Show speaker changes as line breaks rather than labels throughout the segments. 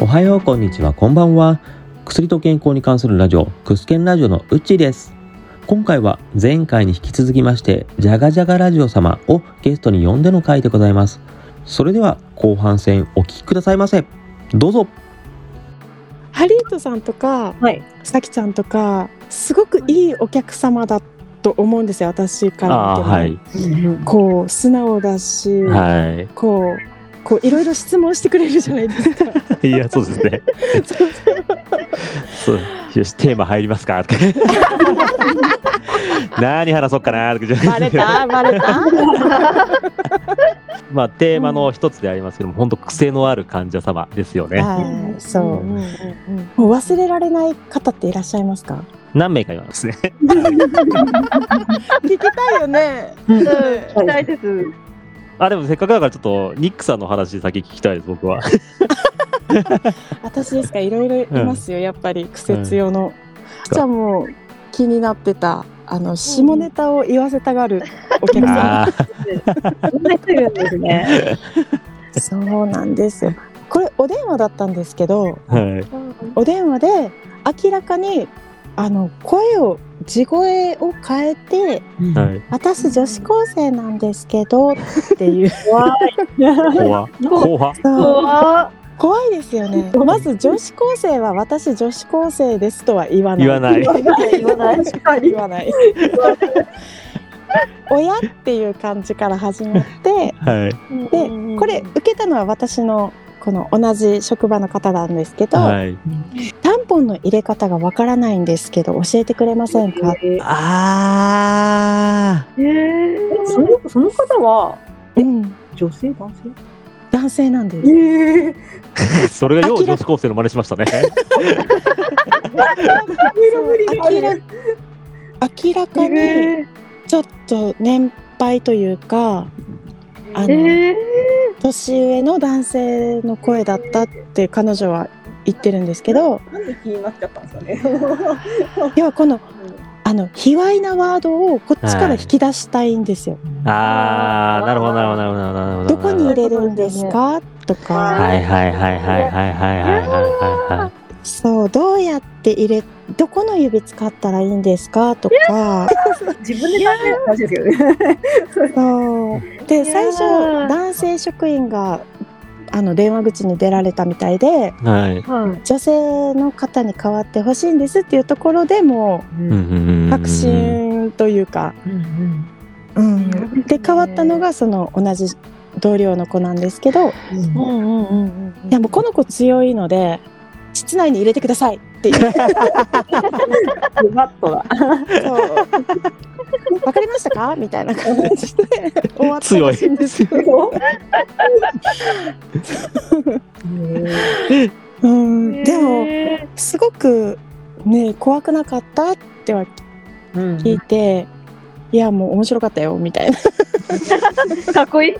おはようこんにちはこんばんは薬と健康に関するラジオクスケンラジオのうっちーです今回は前回に引き続きましてじゃがじゃがラジオ様をゲストに呼んでの回でございますそれでは後半戦お聞きくださいませどうぞ
ハリートさんとか、
はい
さきちゃんとかすごくいいお客様だと思うんですよ私から見ても、こう素直だし、
は
こうこういろいろ質問してくれるじゃないです か。
いいやそうですね そうよしテーマ入ります か何話そうかな
バレたバレた。
まあ、テーマの一つでありますけども、本当癖のある患者様ですよね。
はい、そ
うん
う。もう忘れられない方っていらっしゃいます か。
何名かいますね。
聞きたいよね。
期待です。
あ、でもせっかくだからちょっと、ニックさんの話先聞きたいです、僕は。
私ですか。いろいろいますよ。やっぱり癖強の。じゃあもう気になってたあの下ネタを言わせたがるお客様。
あー
そんな人いるんですね。
そうなんですよ。これお電話だったんですけど、
はい。
お電話で明らかにあの声を地声を変えて
はい。
「私女子高生なんですけど」っていう
怖い。
怖。怖。
そう
怖い。
怖いですよね。まず女子高生は「私女子高生です」とは言わない。
言わない。
言わない。
確かに言わない。 親っていう感じから始まって
はい。
でこれ受けたのは私のこの同じ職場の方なんですけど、
はい。
タンポンの入れ方がわからないんですけど教えてくれませんか、
あ
えーそのその方は
うん、
女性男性？
男性なんです、
ええ。
あ。それがよう女子高生の真似しましたね。
明ら明らかにちょっと年配というかあの、
え
年上の男性の声だったって彼女は言ってるんですけど
なんで気になっちゃったんですかね。
要はこのあの卑猥なワードをこっちから引き出したいんですよ。
ああ、なるほど、なるほど、なるほど、なるほど。
どこに入
はい
れるんですかとか。
はいはいはいはいはいはいはいは
そうどうやって入れどこの指使ったらいいんですかとか
自分で考える話ですけどね。
そうで
いやー
最初男性職員があの電話口に出られたみたい
い
で
はい。はい。
はい。
女性の方に代わってほしいんですっていうところでも
うんうんうんう
うん確。信というか、うんで変わったのがその同じ同僚の子なんですけど
うんうんうんうん。
いやもうこの子強いので室内に入れてくださいっていう
ズバッとだ。
そう。わかりましたかみたいな感じで 終わったらしいんですよ。うん、でも
え
すごくね怖くなかったっては聞いて、いやもう面白かったよみたいな。
ーかっこいい。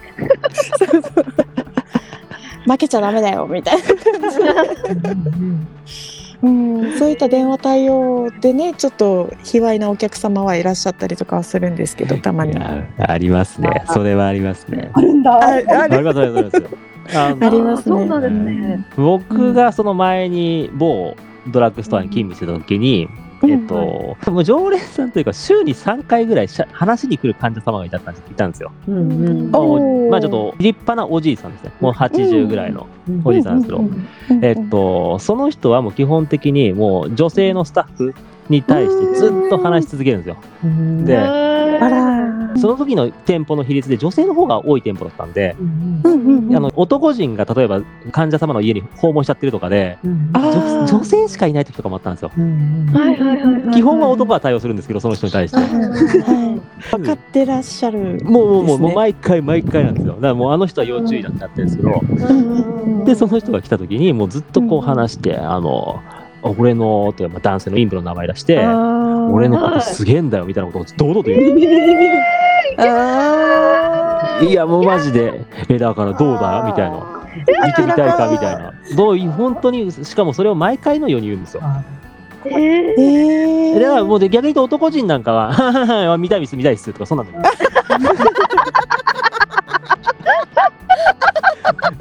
負けちゃダメだよみたいな。うん、そういった電話対応でねちょっと卑猥なお客様はいらっしゃったりとかはするんですけどたま
い
に。
やありますね。それはありますね。
あるんだ。
ああ
ありますありますあります。あの
ありますね
そうなんですね。
僕がその前に某ドラッグストアに勤務してた時に、えっと、もう常連さんというか週に3回ぐらいしゃ話しに来る患者様がいたんいたんですよ。
うんうん
まあお
おー
まあちょっと立派なおじいさんですね。もう80ぐらいの
うん
おじいさんですけど、えっと、その人はもう基本的にもう女性のスタッフに対してずっと話し続けるんですよ。で
えー
あら
その時の店舗の比率で女性の方が多い店舗だったんで、
うんうんうん
あの男人が例えば患者様の家に訪問しちゃってるとかで、
あ
女
ー
女性しかいない時とかもあったんですよ。
はいはいはいはい。
基本は男が対応するんですけど、その人に対して。
はい、分かってらっしゃる。
もうもうもう
ですね
もう毎回毎回なんですよ。だからもうあの人は要注意だってなってるんですけど、
うん
で、その人が来た時に、もうずっとこう
うん
話して、あの、あ俺の、というかまあ男性のインプの名前出して、俺
俺
のことすげえんだよみたいなことを堂々と言う。いや、もうマジで、え、だからどうだみたいな。見てみたいかみたいな。どうい本当に、しかもそれを毎回のように言うんですよ。
えー
えー、
だからもうで逆に言うと男人なんかは、 はははは見たいです、見たいですとか、そんなんで。で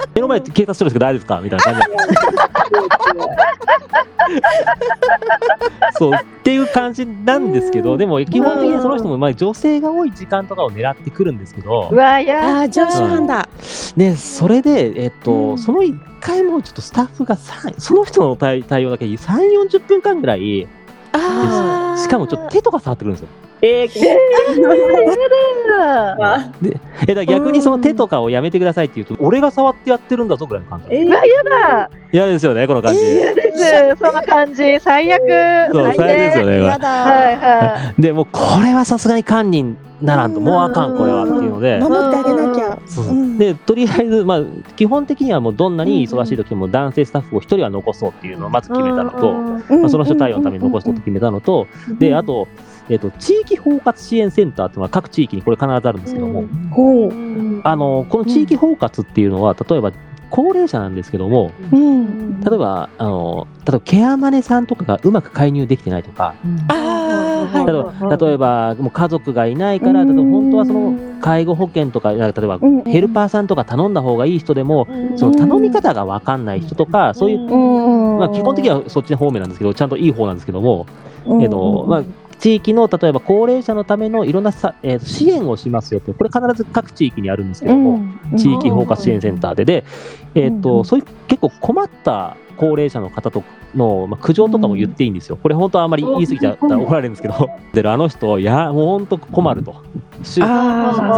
目の前で警察するんですけど大丈夫ですかみたいな感じでそうっていう感じなんですけどでも基本的にその人もまあ女性が多い時間とかを狙ってくるんですけど
うわ、や
ああ、常習犯だ。
ね、それで、えっと
うん
その1回もちょっとスタッフが3その人の対対応だけ3、40分間ぐらい、し
ああ。
かもちょっと手とか触ってくるんですよ。
えー、気持ち悪
だ
いわ
えだから逆にその手とかをやめてくださいって言うと、俺が触ってやってるんだぞぐらいの感じ。
えー
うわ、やだ
嫌ですよね、この感じ。
嫌ですその感じ、最悪
そう、
最
最悪ですよ
低
ね。こ
やだ。
はいは
れでもう、これはさすがに堪忍ならんと、
うん
もうあかん、これはっていうので。
守ってあげなきゃ。
そう
う
そうんでとりあえず、まあ、基本的にはもうどんなに忙しい時でも男性スタッフを1人は残そうっていうのをまず決めたのと、まあ、その人対応のために残すことを決めたのと、
い
で、あと、えっと、地域包括支援センターっていうのは各地域にこれ必ずあるんですけども、
う
ほ
う
う。
ん
あの、この地域包括っていうのは、例えば高齢者なんですけども、
うん。
例えば、あの、例えばケアマネさんとかがうまく介入できてないとか、
ああ、
例え
は
ば、例えばもう家族がいないから、
う
例え
ん
ば本当はその介護保険とか、なんか例えば
い。
ヘルパーさんとか頼んだ方がいい人でも、その頼み方がわかんない人とか、そういう、
ー。うん。
まあ基本的にはそっちの方面なんですけど、ちゃんといい方なんですけども、
うん、
えっとまあ、地域の例えば高齢者のためのいろんなさ、えー支援をしますよって、これ必ず各地域にあるんですけども、地域包括支援センターで、で、えーっ
うんう
と
ん
そういう結構困った高齢者の方との、まあ、苦情とかも言っていいんですよ、これ本当はあんまり言い過ぎちゃったら怒られるんですけど、であの人、いや、もう本当困ると。し
あ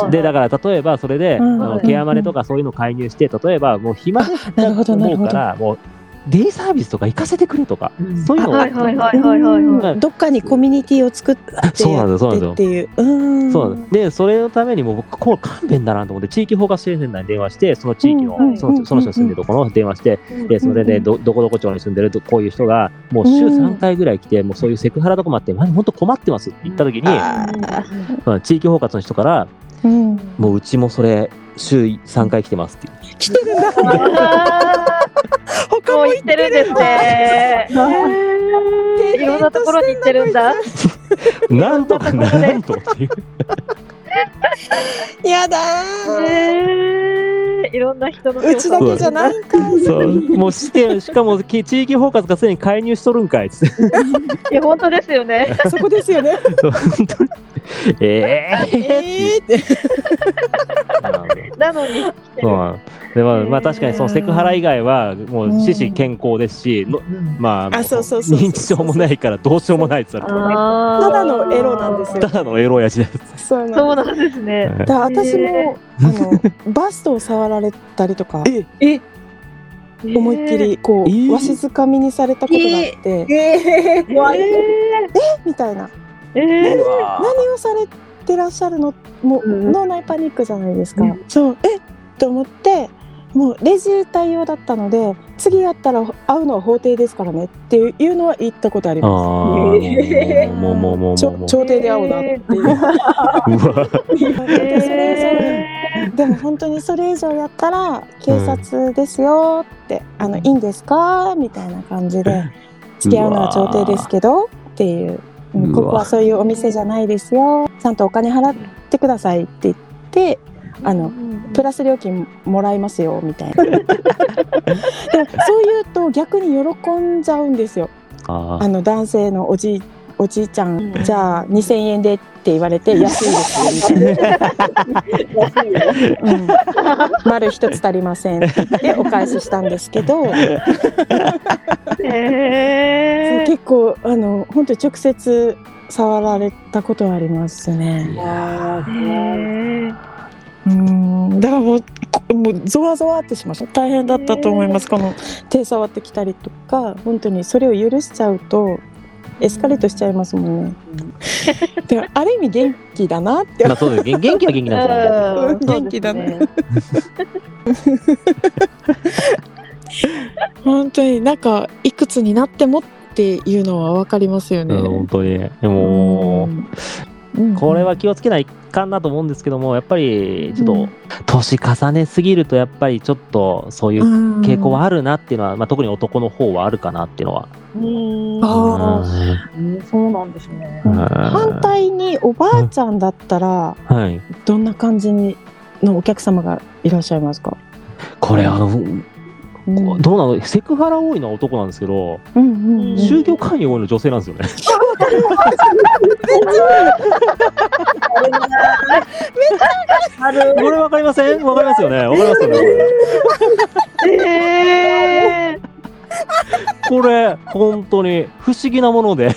そうでだから例えばそれで、
うん
あのケアマネとかそういうの介入して例えばもう暇だ
あなるほ
と
どな
思
る
う
ほ
か
ど
らもうデイサービスとか行かせてくれとか、そういうのを
はいはいはいはいはいは
あ。どっかにコミュニティを作ってやって
そうなんですそうなんですよ
っていう。うん。
そうなんですでそれのためにもう僕これ勘弁だなと思って地域包括支援センターに電話してその地域の、
うんはい
そのその人の住んでるところに電話して、
い
でそれでどどこどこ町に住んでるとこういう人がもう週
うん
3回ぐらい来て、もうそういうセクハラとかもあって本当困ってますって言った時に、
あ
うん地域包括の人から
うん。
もううちもそれ週3回来てますっていう
来てるんだ。他
も
も
う行ってるんですね。いろんなところに行ってるんだ。
なんとかならんとっていう。
やだー。
えーいろんな人の手を
うちだけじゃないんかい。
そう、もうして、しかもき地域包括がすでに介入しとるんか いっつって。
いや本当ですよね。
そこですよね。
本当にえー、
えーって。
なのに。
そうなのでまあ、まあ確かにそのセクハラ以外はもう四肢健康ですし、のまあ
あそうそうそうそう
認知症もないからどうしようもないっつったら
た
ただのエロなんです
た
よ
だのエロ親父です。
そうなんです
そうなんですね。
だから私も、あ のバストを触られたりとか思いっきりこう、
えー
わしづかみにされたことがあって、え
えー、
えー。
怖い。
みたいな
えー
何をされてらっしゃるのもう、
うん
脳内パニックじゃないですか、
うん
そうえっと思ってもうレジ対応だったので次やったら会うのは法廷ですからねっていうのは言ったことあ り
ああ
ま
ー、もうもうもうもう
すちょ
もう。
朝廷で会うなっていう、
うわ
でそれ以上でも本当にそれ以上やったら警察ですよって、あのいいんですかみたいな感じで付き合うのは調停ですけどっていううん
うわ
ここはそういうお店じゃないですよちゃんとお金払ってくださいって言ってあのプラス料金もらいますよ みたいなでもそう言うと逆に喜んじゃうんですよ
あ
あの男性のおじいおじいちゃんじゃあ2,000円でって言われて安いですよみたい
安いよ
な、うん丸一つ足りませんって言ってお返ししたんですけど。
えー
結構あの本当に直接触られたことはありますね。
あ
え
ー
う
ー
ん、だからもうこもうゾワゾワってしました。大変だったと思います。この手触ってきたりとか、本当にそれを許しちゃうとエスカレートしちゃいますもんね。でもある意味元気だなって
あ。まあそうです。元元気は元気なんですよね。
うん
元気だね
そうです
本当になんかいくつになってもっていうのはわかりますよね
うん。本当に。でも、
うん
これは気をつけないかんなと思うんですけどもやっぱりちょっと、
うん
年重ねすぎるとやっぱりちょっとそういう傾向はあるなっていうのは、まあ、特に男の方はあるかなっていうのは。
うん
あ
うんそうなんですね。
うん
反対におばあちゃんだったら。
はい、
どんな感じにのお客様がいらっしゃいますか。
ここれあの、
うん
どうなのセクハラ多いのは男なんですけど、
うんうん
宗教関与多いの女性なんですよね。
ある
これわかりませんわかりますよねわかりますよね
えー
これ。これ、本当に不思議なもので、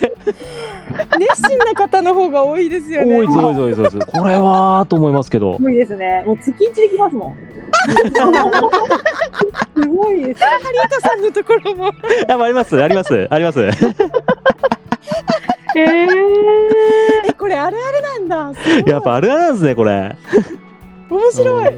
熱心な方の方が多いですよね。
多いぞ多いぞ多いぞ多いぞ。これはと思いますけ ど。
無理ですね。もう月一できますもん。すごいです。
ハリータさんのところ も。
やっぱありますありますあります。
えー
え、これあるあるなんだ。すごい
やっぱあれなんですね、これ。
面白い。
うん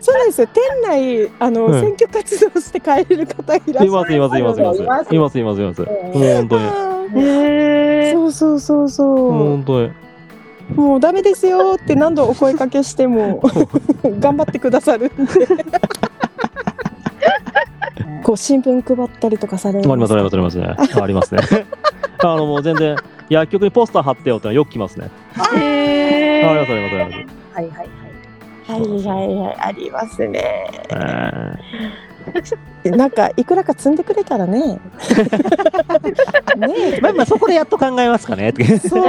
そうなんですよ。店内、あの、
うん
選挙活動して帰れる方いらっ
い
しゃ
ますいますいますいますいますいますいますいます。もう本当に。
る。
えー
そうそうそ
も
う
う
そ
本当に。
う。もうダメですよって何度お声かけしても頑張ってくださるんで。こう新聞配ったりとかされる
ありますありますすありますね。ありますね。あのもう全然薬局にポスター貼ってよってのはよく来ますね。あ
え
り
ー
ますありますあります。
はいはいはい。
か。はいはいはいありますね。
えー
なんかいくらか積んでくれた らね。ねえ
まあまあそこでやっと考えますかね。
そう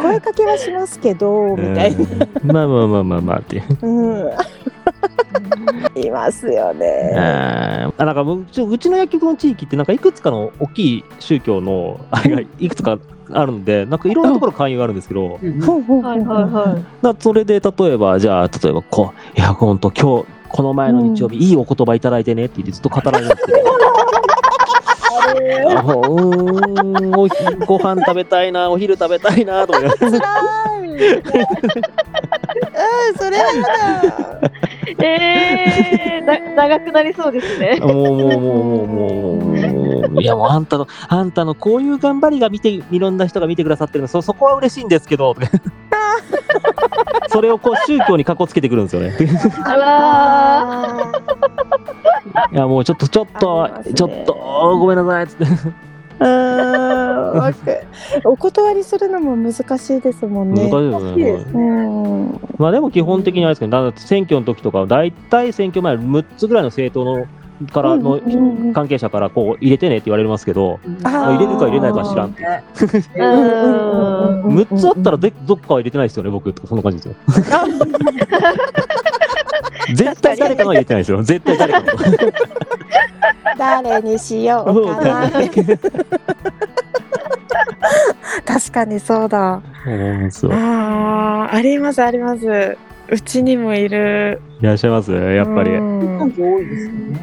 声かけはしますけどみたいな、
うんまあまあまあまあまあっていう。
うん、いますよ
えー
ね。
あなんかうちうちの薬局の地域ってなんかいくつかの大きい宗教のあれがいくつかあるんでなんかいろんなところ勧誘があるんですけど、
ほうほうほう
はいはいはい
だそれで例えばじゃあ例えばこういや本当今日この前の日曜日、いいお言葉いただいてねって言ってずっと語られるんですけど。あもううーんおひご飯食べたいなお昼食べたいなとか言われて
辛い。うん、それはやだ。
えーな長くなりそうですね。
もうもうもうもうもうもういやもうあんたのあんたのこういう頑張りが見ていろんな人が見てくださってるのそそこは嬉しいんですけどと かそれをこう宗教にかこつけてくるんですよね。
うわ
いやもうちょっとちょっと、
ありますね
ちょっとごめんなさいっつって。
うん、わかるお断りするのも難しいですもん
難し
ね。
いですね。
うん、
まあでも基本的にあれですけど、だって選挙の時とかは、大体選挙前、6つぐらいの政党のからの、
うんうんうん
関係者からこう入れてねって言われますけど、
あ
入れるか入れないか知らんって。
ね
ーうーん
6つあったらでどっかは入れてないですよね、僕とか、そんな感じ ですよ。絶対誰かのは入れてないですよ、絶対誰かの。
誰にしようかなって。確かにそうだ。
そうなんですよ
ああ、ありますあります。うちにもいる。
いらっしゃいます、やっぱり
う。ん
多いですよね。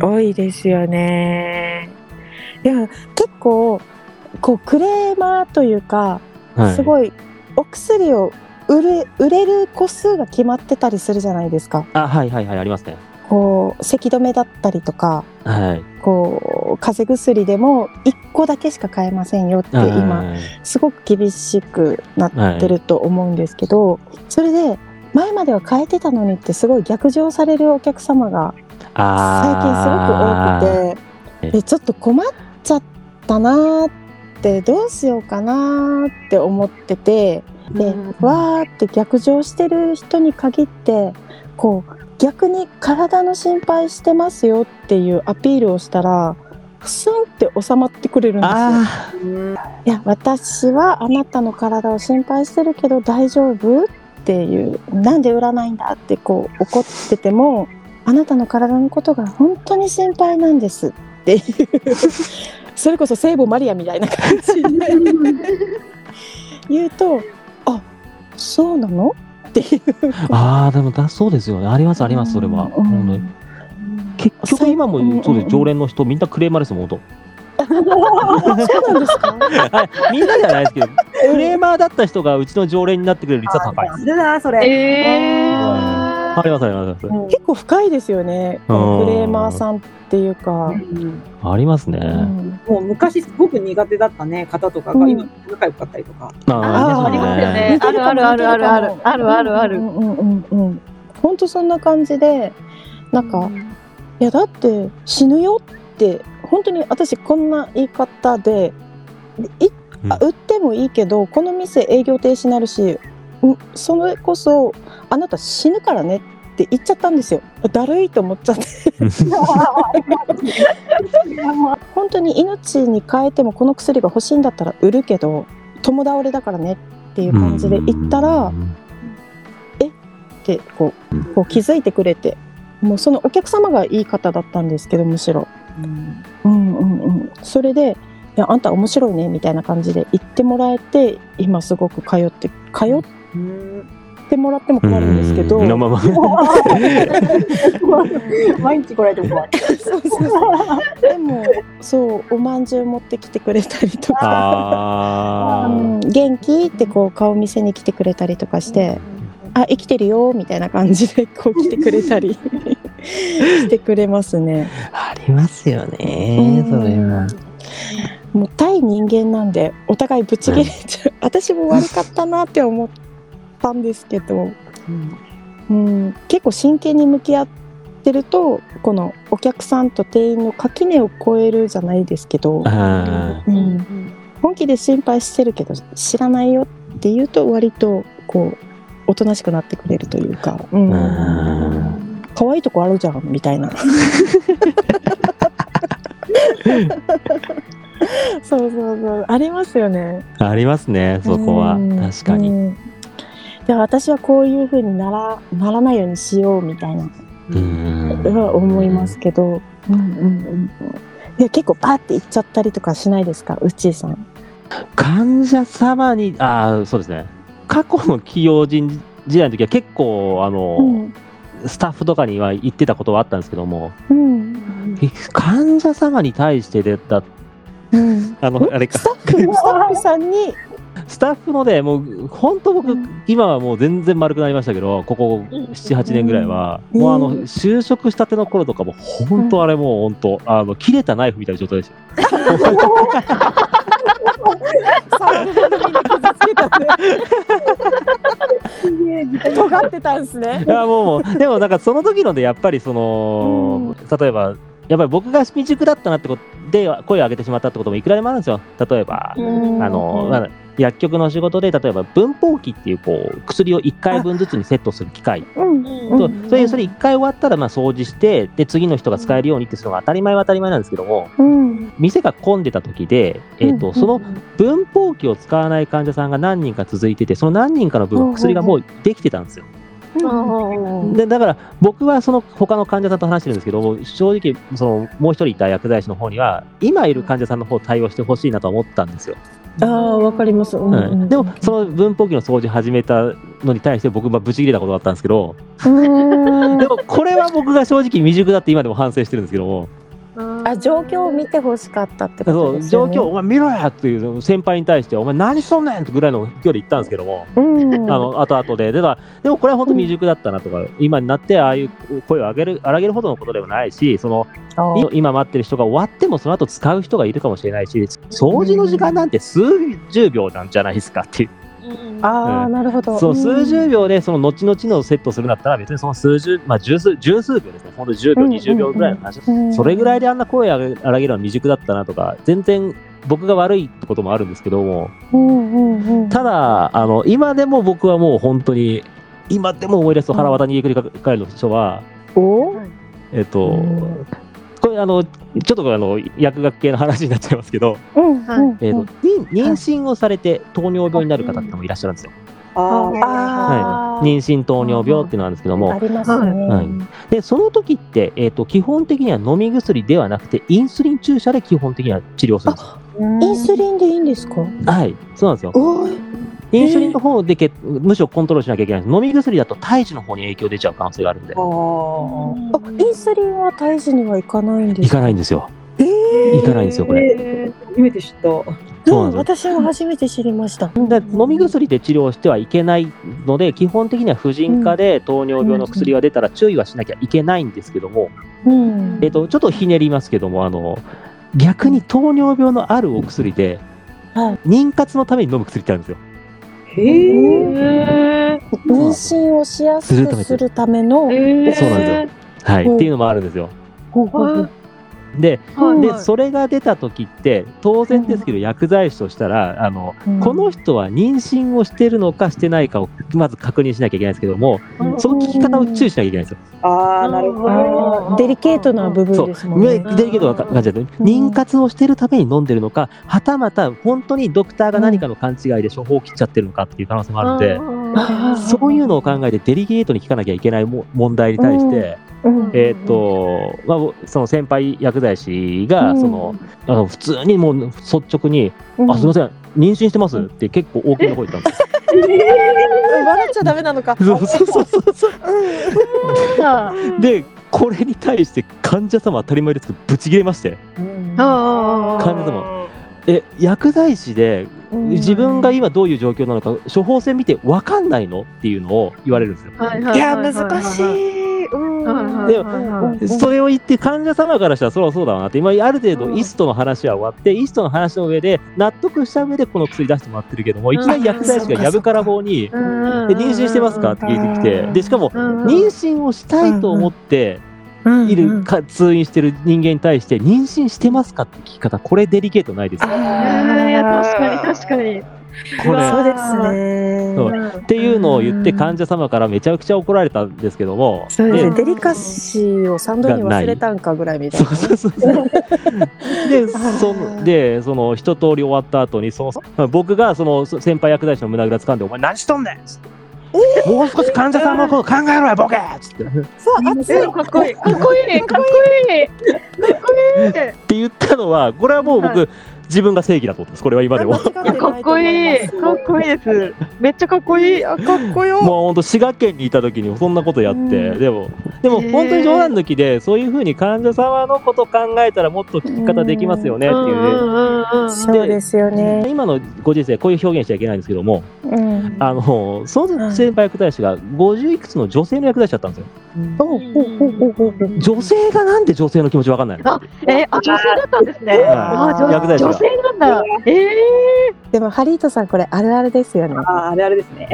多いですよね。いや、結構、こうクレーマーというか、
はい
すごい。お薬を売れ、売れる個数が決まってたりするじゃないですか。
あ、はいはいはい、ありますね。
こう、咳止めだったりとか。
はい。
こう風邪薬でも1個だけしか買えませんよって今
はい
すごく厳しくなってると思うんですけど、それで前までは変えてたのにってすごい逆上されるお客様が
あ
最
ー
近すごく多くてでちょっと困っちゃったなーってどうしようかなーって思っててでわーって逆上してる人に限ってこう逆に体の心配してますよっていうアピールをしたらスンって収まってくれるんですよ。
あ
いや私はあなたの体を心配してるけど大丈夫っていうなんで売らないんだってこう怒っててもあなたの体のことが本当に心配なんですっていう それこそ聖母マリアみたいな感じで言うとあそうなのっていう
ーあー、でもだそうですよね。ありますあります、それは。
うん
本当に結局今もそうです、常連の人みんなクレーマーですもん 本
そうなんですか
当 はいみんなじゃないですけどクレーマーだった人がうちの常連になってくれる率は高い
あ
です
るなそ
ー
れ。
え
あ
ー
りますありますありま
結構深いですよね
う
こ
ん
のクレーマーさんっていうか、
すありますね、
うん
もう昔すごく苦手だったね方とかが今仲良かったりとか、
あ
あー
ー
ありますよね。あるあるあるあるあるあるあるあ
う
る。
んうんうんうん本当そんな感じでなんか、いやだって死ぬよって本当に私こんな言い方でいあ売ってもいいけどこの店営業停止になるしんそれこそあなた死ぬからねっって言っちゃったんですよだるいと思っちゃって本当に命に変えてもこの薬が欲しいんだったら売るけど友倒れだからねっていう感じで言ったら、ってこうこう気づいてくれてもうそのお客様がいい方だったんですけどむしろ、うん、うんうんそれで「いやあんた面白いね」みたいな感じで言ってもらえて今すごく通って通ってもらっても困るんですけど、
うんまあまあ
毎日来られても 怖い。
そうそうそうでもそうおまんじゅう持ってきてくれたりとか「
あ
う
ー
ん、元気?」ってこう顔見せに来てくれたりとかして。あ生きてるよみたいな感じでこう来てくれたり してくれますね。
ありますよね、それは。
もう対人間なんでお互いぶち切れちゃう、私も悪かったなって思ったんですけど、うん、結構真剣に向き合ってるとこのお客さんと店員の垣根を越えるじゃないですけど、
あ
うん、本気で心配してるけど知らないよって言うと割とこうおとなしくなってくれるというか、う
ー
ん
あ
可愛いとこあるじゃんみ たいな。そうそうそうありますよね。
ーありますね、そこは
うん。
確かに。
うんで私はこういう風にならならないようにしようみたいな
うん
は思います。けど、うんうんうんうん、いや結構パーっていっちゃったりとかしないですかうっちーさん。
患者様に、ああ、そうですね。過去の起用人時代の時は結構、あの、スタッフとかには言ってたことはあったんですけども、
うん
患者様に対してでだ、
うん、
あの、あれか
ス。タッフスタッフさんに
スタッフのね、もう本当僕、今はもう全然丸くなりましたけど、ここ7、8年ぐらいは、
うん
もうあ
う
の
ん
就職したての頃とかも、本当あれもう本当、あの切れたナイフみたいな状態でした。
触るほどみんな傷つけたね尖ってたんですね
い。やもうもうでもなんかその時のでやっぱりその、例えば、やっぱり僕が未熟だったなってことで声を上げてしまったってこともいくらでもあるんですよ。例えば、あの、まあ薬局の仕事で例えば分包機っていうこう薬を1回分ずつにセットする機械
うん
と
うん
それそれ1回終わったらまあ掃除してで次の人が使えるようにってするのが当たり前は当たり前なんですけども
うん
店が混んでた時で、えー、
う
と
ん
その分包機を使わない患者さんが何人か続いててその何人かの分は薬がもうできてたんですよ。でだから僕はその他の患者さんと話してるんですけど正直そのもう一人いた薬剤師の方には今いる患者さんの方を対応してほしいなとは思ったんですよ。
ああわかります。うん
はい
うん
でもその分包機の掃除始めたのに対して僕はブチ切れたことだったんですけどでもこれは僕が正直未熟だって今でも反省してるんですけども
あ状況を見てほしかったってこ
そ
と
う
です
状
よね。
況お前見ろやっていう先輩に対してお前何しとんねんってぐらいの距離言ったんですけども、
うん
あの後々ででだでもこれは本当未熟だったなとか、今になってああいう声を上げる荒げるほどのことでもないしその
あ
い今待ってる人が終わってもその後使う人がいるかもしれないし掃除の時間なんて数十秒なんじゃないですかっていう。
あーなるほど。
そう、数十
秒
秒で、その後々のセットするんだったら、別にその数十、まあ、十数、十数秒ですね。ほんと10秒、
うん
20秒ぐらいの話。
うん
それぐらいであんな声荒げ荒げるのは未熟だったなとか、全然僕が悪いってこともあるんですけども、
うんうんうん。
ただ、あの、今でも僕はもう本当に、今でも思い出すと腹渡にゆっくりかかえる人は、
お
えっと、
うん
これあのちょっとこれあの薬学系の話になっちゃいますけど、
うんうん
えっと妊妊娠をされて糖尿病になる方ってもいらっしゃるんですよ。
あ
はい、妊娠糖尿病っていうのなんですけども、
あありますね。
はいでその時って、えー、と基本的には飲み薬ではなくてインスリン注射で基本的には治療するんですよ。
インスリンでいいんですか？
はい、そうなんですよ。
おい
インスリンの方で血むしろコントロールしなきゃいけないんです。飲み薬だと胎児の方に影響出ちゃう可能性があるんで。
あインスリンは胎児にはいかないんで
い
す
かないんですよ。いかないんですよ、これ。
初めて知った。
そう
うん
なんで
私も初めて知りました。
すよ。で飲み薬で治療してはいけないので、基本的には婦人科で糖尿病の薬が出たら注意はしなきゃいけないんですけども、
うん
えー、とちょっとひねりますけども、あの逆に糖尿病のあるお薬で、
はい
妊活のために飲む薬ってあるんですよ。
へえ。
妊娠をしやすくするための
そうなんですよ。はい、
うん
っていうのもあるんですよ。
ほうほうほう
で
はい
でそれが出た時って当然ですけど薬剤師としたらあのこの人は妊娠をしてるのかしてないかをまず確認しなきゃいけないんですけどもその聞き方を注意しなきゃいけないんですよ。
ああ、なるほど。
デリケートな部分
そう
ですもんね。
上デリケートな感じで妊活をしてるために飲んでるのかはたまた本当にドクターが何かの勘違いで処方を切っちゃってるのかっていう可能性もあるんで。
あー
そういうのを考えてデリケートに聞かなきゃいけないも問題に対して、
うん
えーっとまあ、その先輩薬剤師が
うん
その、あの普通にもう率直に「
うん
あすいません妊娠してます」って結構大きな声言ったんですよ。
笑っちゃダメなのか。
そうそうそうそう
あ
でこれに対して患者様当たり前ですけどぶち切れまして
あ
患者様え薬剤師で自分が今どういう状況なのか処方箋見て分かんないのっていうのを言われるんですよ。
はい
いや難しい。うん
はいはい
で
はい
うん
はい
それを言って患者様からしたらそりゃそうだわなって今ある程度イストの話は終わってイストの話の上で納得した上でこの薬出してもらってるけどもいきなり薬剤師がやぶから棒に
うんう
「
んうん
で妊娠してますか?」って聞いてきてでしかも
うん
妊娠をしたいと思っているか通院してる人間に対して妊娠してますかって聞き方これデリケートないですよ
え
あ
ーいや確かに
ー
確かに
これ
う
そう
わ
です
そう
ね。
うん
っていうのを言って
うん
患者様からめちゃくちゃ怒られたんですけども
そうですね
で
デリカシーを三度に忘れたんかぐらいみたい
そ
な
う。そうそうそう。で、その、で、その一通り終わった後に、その、僕がその先輩薬剤師の胸ぐら掴んで、お前何しとんねん。つってもう少し患者さんのこと考えろよ、ボケっつって。っ
そう熱
うんかっこいいかっこいいかっこいいかっこいいって
て言ったのは、これはもう僕、
は
自分が正義だと思ってます。これは今でも。もう
いやかっこいいかっこいいですめっちゃかっこいいあかっこよ
本当滋賀県にいた時にそんなことやって、
うん
でもでも
へー
本当に冗談抜きでそういうふうに患者様のこと考えたらもっと聞き方できますよねっていうね、
そうですよね。
今のご時世こういう表現しちゃいけないんですけども、
うん
あのその先輩薬剤師が50いくつの女性の薬剤師だったんですよ。
ほうほうほうほうほう
女性がなんで女性の気持ちわかんないの
あえあ女性だったんですね
は
あ女
薬剤師が
女性なんだええ
でもハリートさんこれあるあるですよね。
ああ、あれあれですね。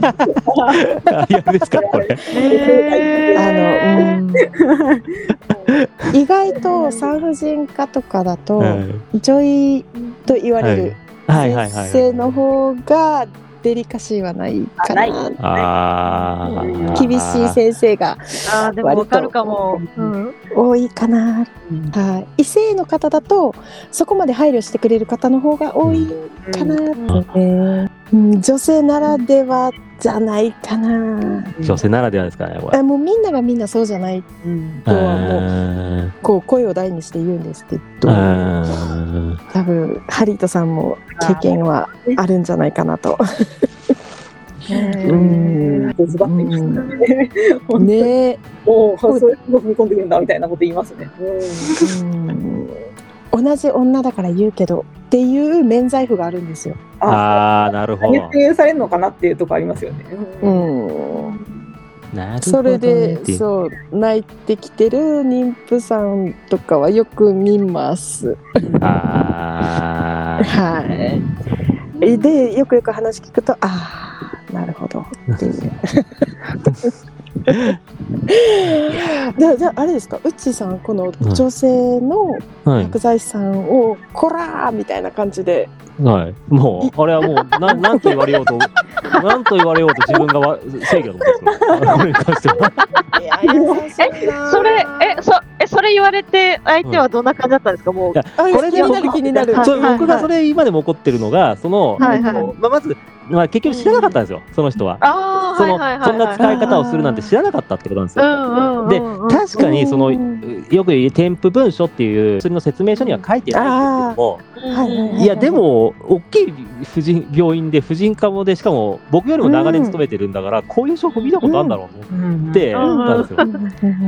いやですかこれ。
あ
え
の、うん 意外と産婦人科とかだと、女医と言われる
はいはいはい。
先生の方がデリカシーはないかな。
あ
あー
厳しい先生が
あーでもわかるかも、うん、
多いかな、はい異性の方だとそこまで配慮してくれる方の方が多いかな、うん、女性ならではじゃないかな、
女性ならではですからねこれ。
あもうみんながみんなそうじゃないとはもうこう声を大にして言うんですけど、
うんうん
多分ハリートさんも経験はあるんじゃないかなと。うん
ズバッと言いますね。
ねえ、
おお、そういうの踏み込んでくるんだみたいなこと言いますね。う
うん同じ女だから言うけどっていう免罪符があるんですよ。
ん、ああ、
ああなるほ
何
ど。
言されるのかなっていうとこありますよね。
うん、
なるほどね
それ
っ
で
ていう
そう泣いてきてる妊婦さんとかはよく見ます。
あー
はい。でよくよく話聞くとああなるほどっていう。でじゃああれですかうっちーさんこの女性の
はい
薬剤師さんを「こら!」みたいな感じで
はい。もう、あれはもう、ななんと言われようと、なんと言われようと自分がわ正義だと思ってます。これに関しては。
「いや優しいなー
それえそえそれ言われて相手はどんな感じだったんですか、もう
いや
あ
これで
気になる気になる」
はい
そう僕がそれ今でも怒ってるのが、その、
はいはい
えっとまあ、まず、まあ、結局知らなかったんですよ、その人は。
ああ
そ
はい
の、
はいはい
そんな
はい
使い方をするなんて知らなかったってことなんです
う
よ。
んうんうんうん、
確かに、その、
う
よ
ん
く言う添付文書っていう薬の説明書には書いてないんですけども、
はいはいはい
いやでも大きい婦人病院で婦人科もでしかも僕よりも長年勤めてるんだから、こういう証拠見たことあるんだろうと思って
う
た
ん
んですよ。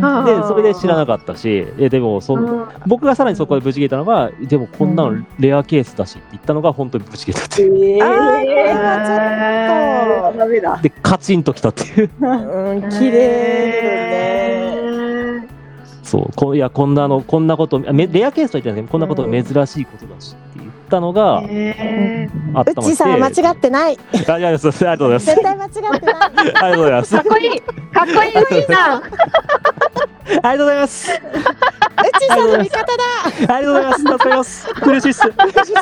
あ
で
ー
それで知らなかったしえでもそ、
うんん
僕がさらにそこでぶち切れたのがでもこんな
う
のレアケースだしって言ったのが本当にぶち切れたっていう
ええ、
は
ダメだ。
でカチンときたっていう
うん綺麗だね
そうこういやこんなのこんなことめレアケースとは言ってないですけどこんなこと
うん
珍しいことだしって言ったのが
えー
あっ
う
た
っちーさんは間違ってない
てあいやいやそうありがとうござい
絶対間違ってない
ますありがとうござい ます
かっこいいかっこいいウッチーさん
ありがとうございます
うちさんの味方だ
りがとうございます。助かります。苦しいっす。あ
間違って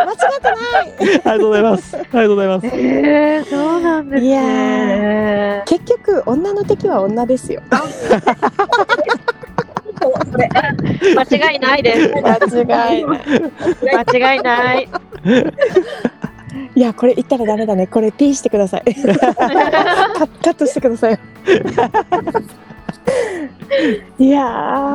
ない
りがとうございます。ありがとうございます。
えー、そうなんです
いや
ね。
結局女の敵は女ですよ
間違いないです。
間違いない
間違いない。
いやこれ言ったらダメだねこれピーしてく ださいカカットしてくださ いいや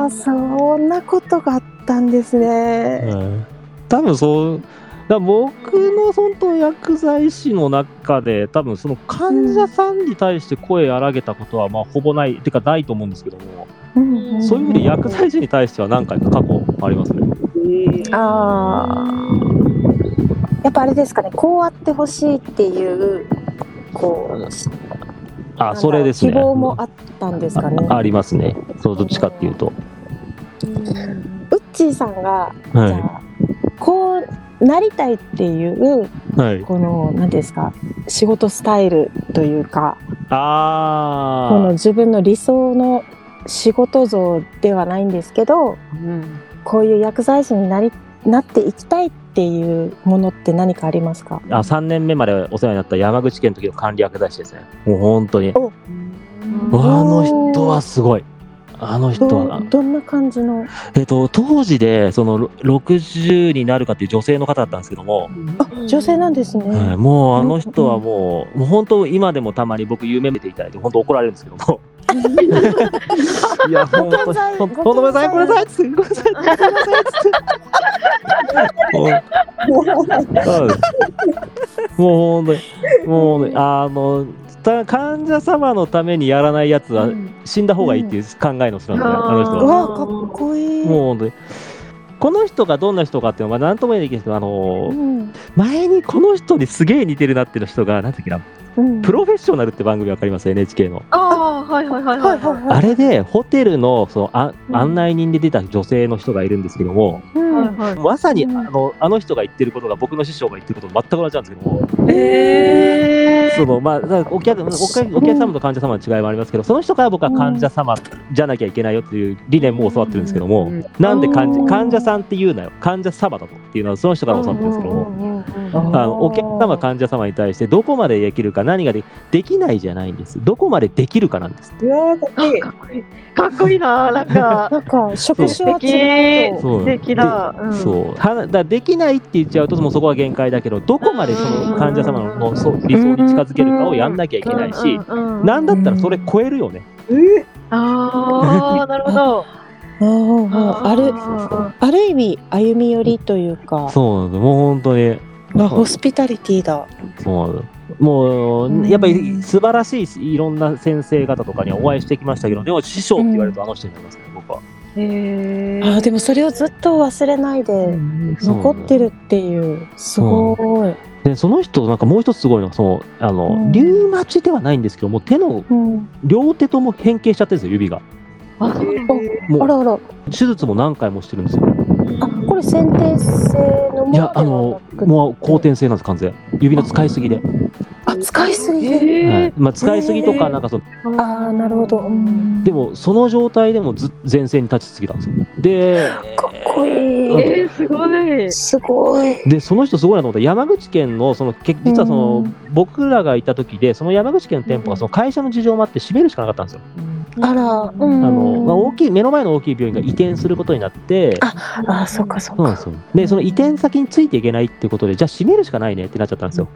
ーそんなことがあったんですね、
うん多分そう、だから僕のその薬剤師の中で、多分その患者さんに対して声荒げたことは、まあ、ほぼない、てかないと思うんですけども、
うん
そういう意味で薬剤師に対しては何回か過去ありますね。
あーやっぱあれですかねこうあってほしいっていうこうなん
あ、
か
それですね。
希望もあったんですかね
あありますね。そう、どっちかっていうと。
ウッチーさんがじゃ
は
あこうなりたいっていう
い。はい。
この何ですか仕事スタイルというか
あ
この自分の理想の仕事像ではないんですけどこういう薬剤師になりなっていきたいっていうものって何かありますか
あ3年目までお世話になった山口県の時の管理薬剤師ですねもう本当にあ
お
の人はすごいあの人
ど
は
うどんな感じの
えっと当時でそのろ60になるかっていう女性の方だったんですけども、
女性なんですね。
はいもうあの人はもうもう本当今でもたまに僕夢見ていただいて本当怒られるんですけどもいや本当
ご健在
に本当ごめんなさいごめんなさいつってごめんなさいごめんなさいつってそうですもう本当にもうね、あのた患者様のためにやらないやつは死んだ方がいいっていう考えの人なんで、
うん
あの人
う
は。
わかっこいい。
もう本当にこの人がどんな人かっていうのは何とも言えないけど、あの
うん
前にこの人にすげえ似てるなっていう人が何だっけな
う
「
ん
プロフェッショナル」って番組わかります NHK の、
ああ、はいはいはい
は
はいい。
はいはい。
あれでホテルのそのあ
うん
案内人で出た女性の人がいるんですけども、
うん
はい
まさにあ
うん
のあの人が言ってることが僕の師匠が言ってることと全く同じなんですけども、
え
そのまあ、だからお客お客お客様と患者様の違いもありますけど、その人から僕は患者様じゃなきゃいけないよっていう理念も教わってるんですけども、なんで患
うん
者患者さんって言うなよ、患者様だとっていうのはその人から教わってるんですけども、
も
あのお客様、患者様に対してどこまでできるか、何ができできないじゃないんです、どこまでできるかなんです。
うわーかっこいい
かっこいい。かっこいいな、なんか。
なんか職種は
素敵
違うけど
そう
素敵だ。うん
そうはだからできないって言っちゃうともうそこが限界だけどどこまでその患者様ののそう理想に近づけるかをやんなきゃいけないし
うんうん
なんだったらそれ超えるよね
ああ、なるほど。
うんうんうんある
そうそう
ある意味歩み寄りというか
そうなんですもう本当に
まあホスピタリティだ。
そうなのも
うん
うやっぱり素晴らしいいろんな先生方とかにはお会いしてきましたけどでも師匠って言われるとあの人になりますね、僕は
へ
あーでもそれをずっと忘れないで残ってるっていうすごい。
でその人なんかもう一つすごいのがそのあの、
うん
リウマチではないんですけどもう手の
うん
両手とも変形しちゃってるんですよ指が
あそう
あ
もう
らあら
手術も何回もしてるんですよ
あこれ先天性のもの
いやあのもう後天性なんです完全指の使いすぎで、
あ使いすぎてる。
は
へ
いまあ、使いすぎと
へー
かなんかその
ああなるほど。うん
でもその状態でもず前線に立ちすぎたんですよで
かっこ
え。
いい。
えー、すごい。
すごい。
でその人すごいなと思った山口県のそのけ実はそうの
ん
僕らがいた時でその山口県の店舗がその会社の事情もあって閉めるしかなかったんですよ。
あら。あ
あのまあ、大きい目の前の大きい病院が移転することになって
あーそっかそっ
そうなん
か
で。すよでその移転先についていけないってことでじゃあ閉めるしかないねってなっちゃったんですよ。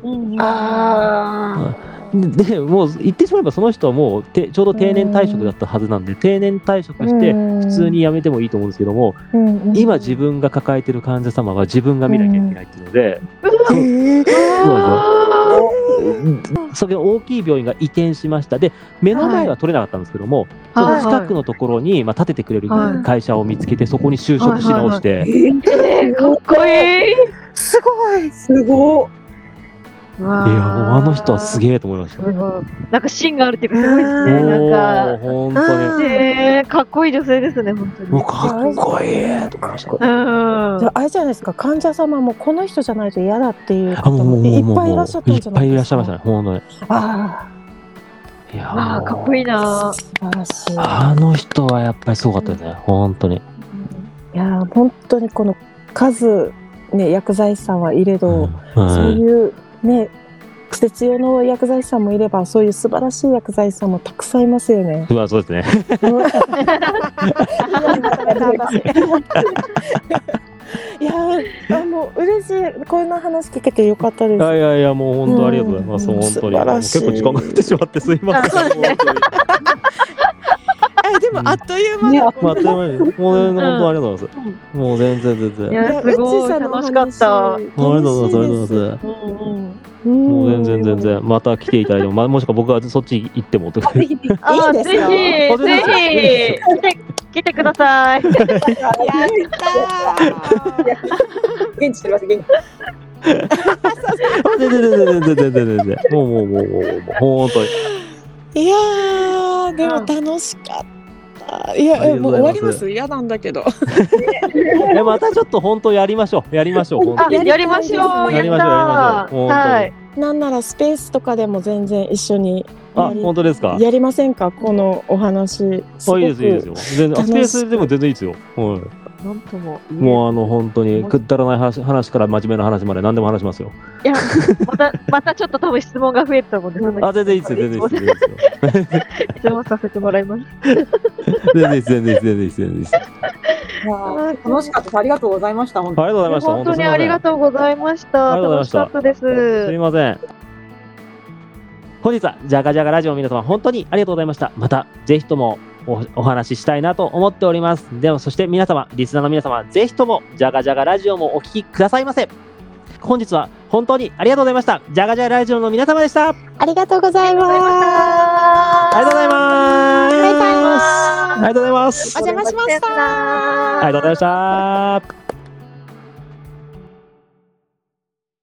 ああ。
ででもう言ってしまえばその人はもうてちょうど定年退職だったはずなんで定年退職して普
普
通に辞めてもいいと思うんですけども今自分が抱えてる患者様は自分が見なきゃいけないっていうので。そうなんですよそれが大きい病院が移転しましたで目の前は取れなかったんですけども、
はい
その近くのところに、まあ、建ててくれる
はい
会社を見つけてそこに就職し直して、
えー、かっこいい。
すごい。
すご
いや、
いやもうあの人はす
え。
げえと思いました。
すごいなんか芯があるっていうかすごいですね。
お
な
ー
ん
本当
あ
か、
に
えー、かっこいい女性ですね、本当に。
もうかっこいいと思いました。
うん
じゃああれじゃないですか患者様もこの人じゃないと嫌だってい
あ
う方
もうもう
も
もう
い
もう
っぱいいらっしゃったん
い
じ
っ
ゃな
ぱ
い
いいら
で
っし
す
ゃいました
か。
ね本当に。
あ
いや
ああ、かっこいいな。
素晴らしい。
あの人はやっぱりすごかったよね、本当に。
いやー本当にこの数、ね、薬剤師さんはいれど、
うん
そういうねクセ強の薬剤師さんもいればそういう素晴らしい薬剤師さんもたくさんいますよ ね。
うんそうですね。
いやーあの嬉しいこんな話聞けてよかったで
い
す。
やいやいや、もう本当ありがとうございます。
う
本
ん
当に。
素晴
もう
らしい
結構時間が来てしまってすいません。本当に
あでも
うん
あっという間
ね
だ、
まあ、あっという間にもう本当ありがとうございます。もう全然全然。
い
あ
や、すごい楽しかった。
り
りがとうございます。ありがとうございます。
す。も
もう全然全。然、また来ていただいても、まあ、もしくは僕はそっち行っても とか。
ぜひぜひ
あ
いい
あ、
で
ぜ
すよ
ひ、ぜひ、来て、来てくだ さい。
やったー。
現地してます、現地。
全然全然全然全然全然。もうもうもうもうもうもう本当に。
いやーでも楽しかった。いや
ありがとう
も
ご
う
ざいます
終わります。嫌なんだけど。
えまたちょっと本当やりましょう。やりましょう。本当
あ、
に
やりましょう。
や
や
り
り
ま
ま
し
し
ょ
ょ
うやりましょ
う。
う
はい。
なんならスペースとかでも全然一緒に
あ
や、り
本当ですか。
やりませんかこのお話。す
あ
ご
いい
く
ですいいですよ。全然あスペースでも全然いいですよ。はい。
なんとも。
もうあの本当にくだらない話話から真面目な話まで何でも話しますよ。
いや、また、またちょっと多分質問が増えると思うんで、その
あ全然いいですよ全然いいですよ
質問させてもらいます。
全然いいですよ全然いいです全然いいです全然いいです。あ
楽しかったです。ありがとうございました。本
り
当に
がとうございました。
本当にありが
う
とうございました。
ありがとうございま
楽
し
したかったです。
すみません。本日はジャガジャガラジオの皆様本当にありがとうございました。またぜひともおお話ししたいなと思っております。ではそして皆様リスナーの皆様ぜひともジャガジャガラジオもお聞きくださいませ。本日は本当にありがとうございました。ジャガジャガラジオの皆様でした。あり
ありがとうございます。
がとうございます。ありがとうございます。
お邪魔しました。
ありがとうございました。